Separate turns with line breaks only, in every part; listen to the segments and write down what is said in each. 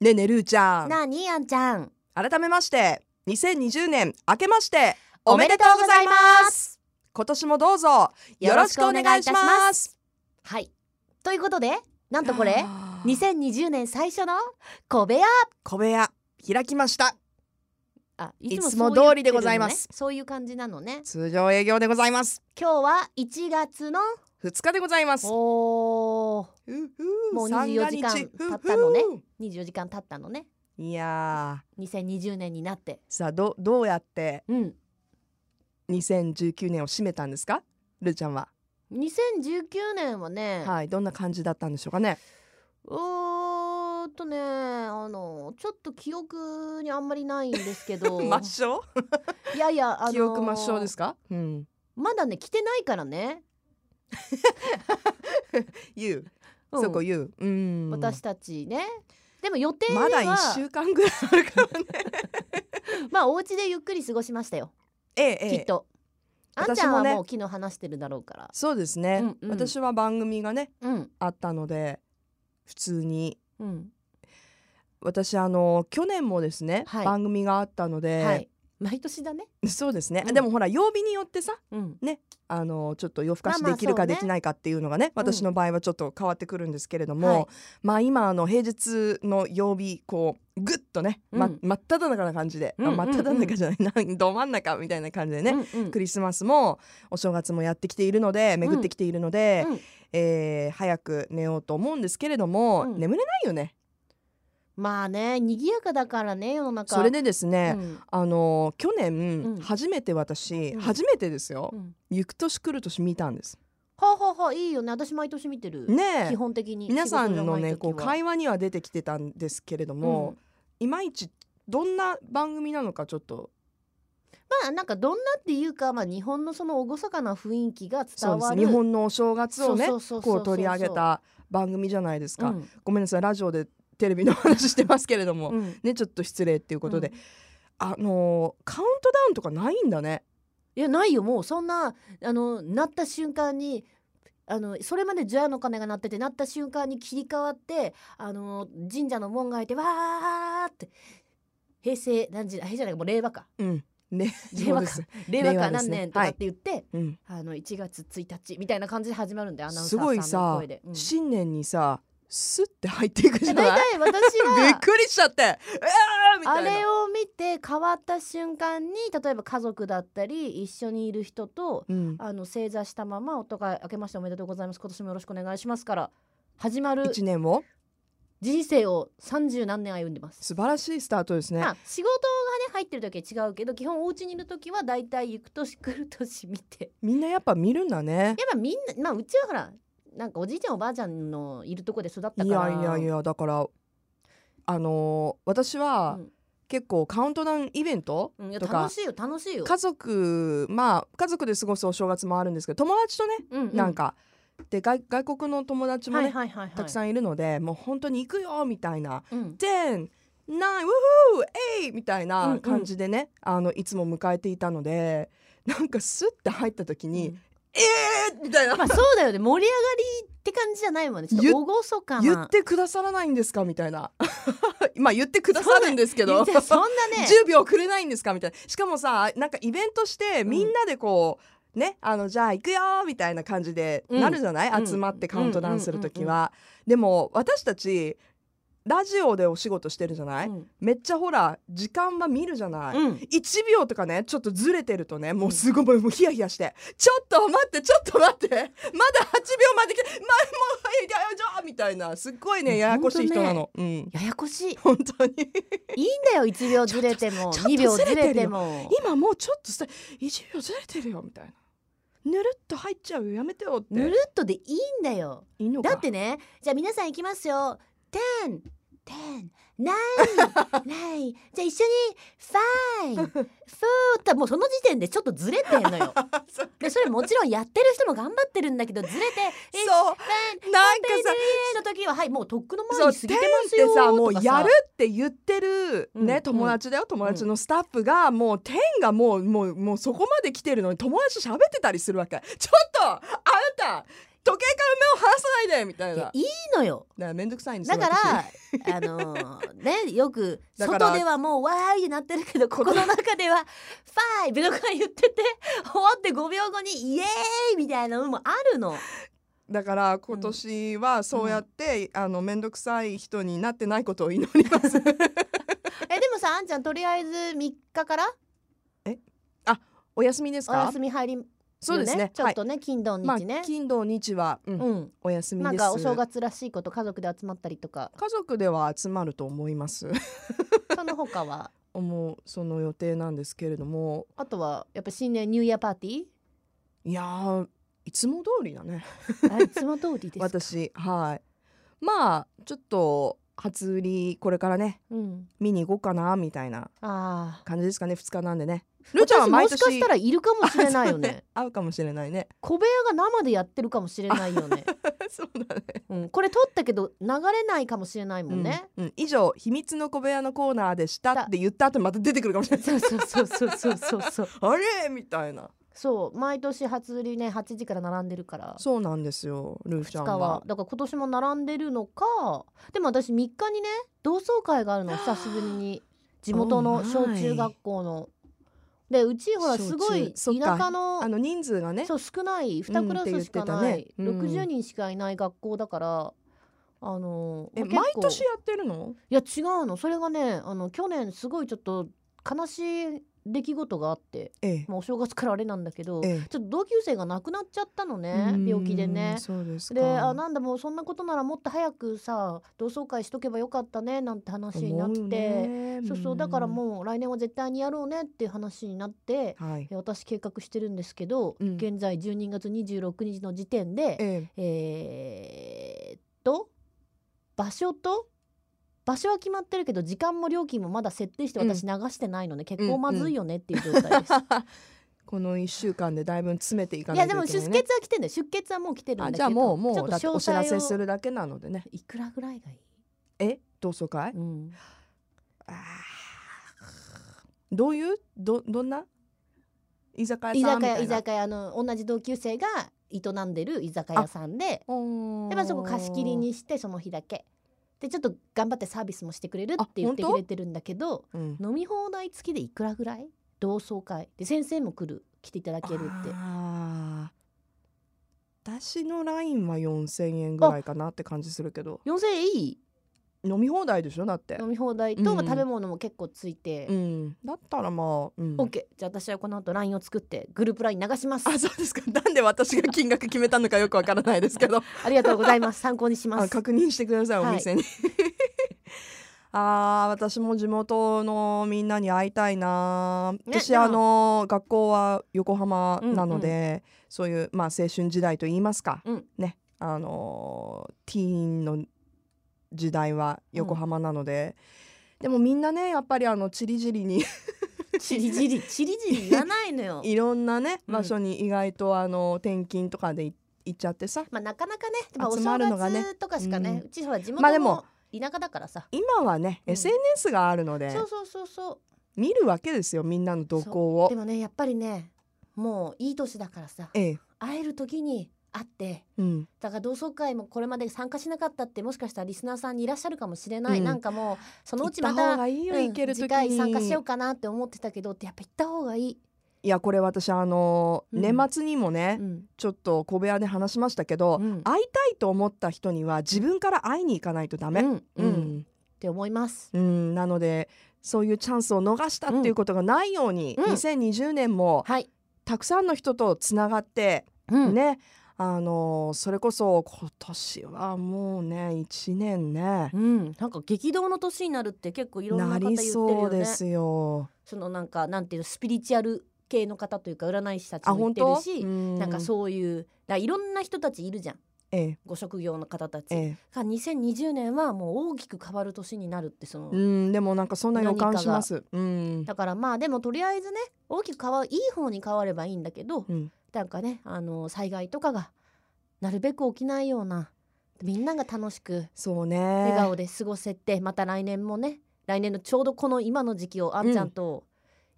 ねえねえるーちゃん
なあにあんちゃん
改めまして2020年明けましてお
お
め
め
でと
でと
う
う
ご
ご
ざ
ざ
い
い
ま
ます
今年もどうぞよろしくお願いします
はいということでなんとこれ
あー
2020年最初の小部屋
小部屋開きました
あ
いつ
そ
も
う言ってるのね
通りでございます
そういう感じなのね
通常営業でございます
今日は1月の
2日でございます
おー
ふうふう
もう
三が
24
日
時間
ふうふう
経ったのね24時間経ったのね
いや
2020年になって
ーさあどどうやって
うん
2019年を締めたんですかるーちゃんは、
2019年はね、
はいどんな感じだったんでしょうかね
うーんとねあのちょっと記憶にあんまりないんです けど
抹消
いやいや、あの
記憶抹消ですかうん
まだね来てないからね、
You
うん
そこ You うん
私たちねでも予定では
まだ一週間ぐらいある からね。
まあお家でゆっくり過ごしましたよ、
ええええ
きっとあん
私
ちゃん
も
は
ね
もう昨日話してるだろうから
そうですね、
うんうん
私は番組がね
うん
あったので普通に
うん、
私あの去年もですね、
はい
番組があったので、
はい毎年だね
そうですね、
うん
でもほら曜日によってさ
うん
あのちょっと夜更かし
まあま
で
あ
きるか
そうね
できないかっていうのがね,、
うん
私の場合はちょっと変わってくるんですけれども、
はい
まあ今あの平日の曜日こうぐっとね、ま
うん
真っ只中な感じで、あ
うんうんうん
真っ只中じゃないなんど真ん中みたいな感じでね、
うんうん
クリスマスもお正月もやってきているので巡ってきているので、
うん
えー早く寝ようと思うんですけれども、
うん
眠れないよね
まあね賑やかだからね世の中
それでですね、
うん
あの去年、
ん
初めて私、
うん
初めてですよ、
うん
行く年来る年見たんです
はあはあはあいいよね私毎年見てる、
ねえ
基本的に
皆さんのね
仕
こ
事
う
じゃない時は
会話には出てきてたんですけれども、
うん
いまいちどんな番組なのかちょっと
まあなんかどんなっていうか、まあ、日本のその厳かな雰囲気が伝
そうで
わ
す
る
日本のお正月をね
そうそうそうそう
こう取り上げた番組じゃないですか、
うん
ごめんなさいラジオでテレビの話してますけれども、
うん
ねちょっと失礼っていうことで、
うん
あのーカウントダウンとかないんだね
いやないよもうそんなあのなった瞬間にあのそれまで除夜の鐘が鳴っててなった瞬間に切り替わってあの神社の門が開いてわーって平成何時だ平成じゃないもう令和か
うんね
令和か
そう
令和
令和
か
です
何
ね
年とかって言って、
すうん
あの1月1日みたいな感じで始まるんでアナウン
す
サ
ごい
ーさんの
さ
声で。うん
新年にさスッて入っていくじ
え
ゃない
大体私
びっ
は
くりしちゃってうわーみた
あ
いな
れを見て変わった瞬間に例えば家族だったり一緒にいる人と
うん、
あの正座したまま音が明けましておめでとうございます今年もよろしくお願いしますから始まる
1年も
人生を三十何年歩んでます。
素晴らしいスタートですね
まあ、仕事がね入ってる時は違うけど基本お家にいる時はだいたい行く年来る年見て
みんなやっぱ見るんだね
やっぱみんなまあうちはほらなんかおじいちゃんおばあちゃんのいるとこで育ったから
いやいやいやだからあのー私は
うん
結構カウントダウンイベント
うんいや
とか
楽しいよ楽しいよ、
家族まあ家族で過ごすお正月もあるんですけど友達とね
うん
なんか、で外外国の友達
うん
もね、
はいはいはいはい
たくさ
ん、
んいるのでもう本当に行くよみたいな
うん
「10 9 woohoo! えい!」みたいな感じでね、あのいつも迎えていたのでなんかスッて入った時に「
うん
えー!」みたいな
まあそうだよね盛り上がりって感じじゃないもんねちょっとおごそ
「
かな
言ってくださらないんですか?」みたいな まあ言ってくださるんですけど
いやそんな ね
10秒くれないんですかみたいなしかもさなんかイベントして
うん
みんなでこう、ねあのじゃあ行くよーみたいな感じで
うん
なるじゃない、
うん
集まってカウントダウンする時は、でも私たちラジオでお仕事してるじゃない、
うん
めっちゃほら時間は見るじゃない、
うん
1秒とかねちょっとずれてるとねもうすごいもうヒヤヒヤして「ちょっと待ってちょっと待ってまだ8秒まで来て前もうやいやいやみたいなすっごいねややこしい人なの、うん
ややこしい
本当に
いいんだよ1秒ずれても
ちょっと
2秒ずれても
今もうちょっとさ1秒ずれてるよみたいなぬるっと入っちゃうよやめてよって
ぬるっとでいいんだよ
いいのか
だってねじゃあ皆さん行きますよ10 10 9 9じゃあ一緒に5 4ってもうその時点でちょっとずれてんのよ
そう
でそれもちろんやってる人も頑張ってるんだけどずれて「
そ
え
うなんかさ
の時ははいもうとっくの前
そう
に
「
過
て
ぎ
ん」
て
っ
ます
て
よ
さ
と
も
か
う
さ
やるって言ってるね、
うん
友達だよ友達のスタッフが、もう「てん」がもうもうもうそこまで来てるのに友達と喋ってたりするわけちょっとあなた時計から目を離さないでみたい
いや
ない
いのよ
なめんどくさいんです
だ
よ
か
私
らあのーねよ く
だから
外ではもうわーいなってるけどここの中 では「ファイブ」とか言ってて終わって5秒後に「イエーイ!」みたいなのもあるの。
だから今年はそうやって、あの面倒くさい人になってないことを祈ります
えでもさあんちゃんとりあえず3日から
お休みです
お
か
休み入りよね
そうですね
ちょっとね、金土
はい
日
まあ
ね、
金土日は、うん
うん
お休みです
なんかお正月らしいこと家族で集まったりとか
家族では集まると思います
その他 は
思うその予定なんですけれども
あとはやっぱ新年ニューイヤーパーティ
いやーいつも通りだね
ーあいつも通りですか、
私はいまあちょっと初売りこれからね
うん、
見に行こうかなみたいな
あ
感じですかね2日なんでね
ー
ルーちゃんは毎
私もしかし
年
たらいるかもしれないよ
あそう
ね
会うかもしれない ね
小部屋が生でやってるかもしれないよね、
そうだね
うん、これ撮ったけど流れないかもしれないもんね、
うんうん以上秘密の小部屋のコーナーでした
だ
って言った後にまた出てくるかもしれない
そうそうそうそうそうそうそう
あれみたいな
そう毎年初売りね8時から並んでるから
そうなんですよルーちゃ
2
ん
日は
は
だから今年も並んでるのかでも私3日にね同窓会があるの久しぶりに地元の小中学校の。でうちほらすご
小中
い
そっ
田
か
舎の
あの人数がね
そう少ない2クラスしか
うんっ
な
て言
い、
ってたねうん
60人しかいない学校だからあの
え
まあ
毎
結構
年やってるの
いや違うのそれがねあの去年すごいちょっと悲しい出来事があって、
ええ
まあ、お正月からあれなんだけど、
ええ
ちょっと同級生が亡くなっちゃったのね病気で
う
ね
ん。そうですか
であなんだもうそんなことならもっと早くさ同窓会しとけばよかったねなんて話になって、そうそうだからもう来年は絶対にやろうねっていう話になって
う、んはい
え私計画してるんですけど、
うん
現在12月26日の時点で
え
えーっと場所と場所は決まってるけど時間も料金もまだ設定して
うん
私流してないので、結構まずいよねっていう状 態です。
えこの一週間でだいぶ詰めていか
い
な
や
いとい
で
けな
も
い、ね、
出血は来てんだよ出血はもう来てるん
あ
だけど
じゃあもう
ち
も
ょ
う
っ
だ
と
ってお
詳
知
細
ら
を
せするだけなのでね
いくらぐらいがいい、
え同窓会
うん、
あーどういうどどんな居酒屋
居
さんみ
酒
た
屋
い
居
な
酒屋の同じ同級生が営んでる居酒屋さんで
おー
でまあそこ貸し切りにしてその日だけでちょっと頑張ってサービスもしてくれるって言って
あ
く
本当
れてるんだけど
うん
飲み放題付きでいくらぐらい同窓会で先生も来る来ていただけるって
あー私のラインは4000円ぐらいかなって感じするけど
4000円いい
飲み放題でしょだって
飲み放題と、
うん
まあ食べ物も結構ついて、
うんだったらまあ、うん
オッ OK じゃあ私はこの後 LINE を作ってグループ LINE 流します
あそうですかなんで私が金額決めたのかよくわからないですけど
ありがとうございます参考にしま
あ
す
確認してください
はい
お店に、 あー私も地元のみんなに会いたいな、
ね
私
でも
あの学校は横浜なので、そういうまあ青春時代といいますか、
うん
ねあのーティーンの時代は横浜なので、でもみんなねやっぱりあのちりぢりに
チリジリチリジリ言わないのよ
いろんなね
うん
場所に意外とあの転勤とかでい行っちゃってさ
まあなかなかねまあお
集
正
まるのがね
月とかしかね
うん
うちほら地
まあでも
元も田舎だからさ、
今はね、
うん
SNS があるので
そうそうそうそう
見るわけですよみんなの動向を
で。もねやっぱりねもういい年だからさ
ええ
会える時に会って
うん、
だから同窓会もこれまで参加しなかったってもしかしたらリスナーさんにいらっしゃるかもしれな
う
い、
ん
なんかもうその
行っ
うちま
た
た
方がいいよ、
うん
行ける時に
次回参加しようかなって思ってたけどってやっぱ行った方がいい、
いやこれ私あのー
うん
年末にもね、
うん
ちょっと小部屋で話しましたけど、
うん
会いたいと思った人には自分から会いに行かないとダメ、
うんう
うん
っ
ん
て思います
うんなのでそういうチャンスを逃したっていうことがないように、
うん
2020年も
はい、
たくさんの人とつながって、
うん
ねあのーそれこそ今年はもうね1年ね
うん、なんか激動の年になるって結構いろんな
な
方言
り
ってるよ
そう
ね
で
そ
すよ。
のなんかなんていうのスピリチュアル系の方というか占い師たち
あ
も言
本
ってる
当
し、
うん
なんかそういうだからいろんな人たちいるじゃん
ええ
ご職業の方たち、
ええ
が2020年はもう大きく変わる年になるってその、
うん、でもなんかそんな予感します。うん、
だからまあでもとりあえずね大きく変わいい方に変わればいいんだけど、
うん
なんかねあの災害とかがなるべく起きないようなみんなが楽しく
そうね。
笑顔で過ごせて、また来年もね来年のちょうどこの今の時期をあんちゃんと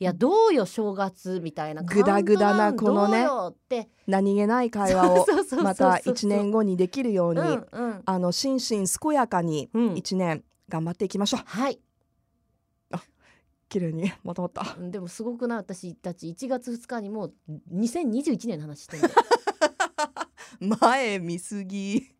いやどうよ正月みたいな
グダグダな
カウントダウン
このね
どうよって
何気ない会話を
そうそうそうそう
また1年後にできるように、
うんうん
あの心身健やかに
うん
1年頑張っていきましょう
はい
綺麗にまとま った
でもすごくない私たち1月2日にもう2021年の話してる
前見すぎ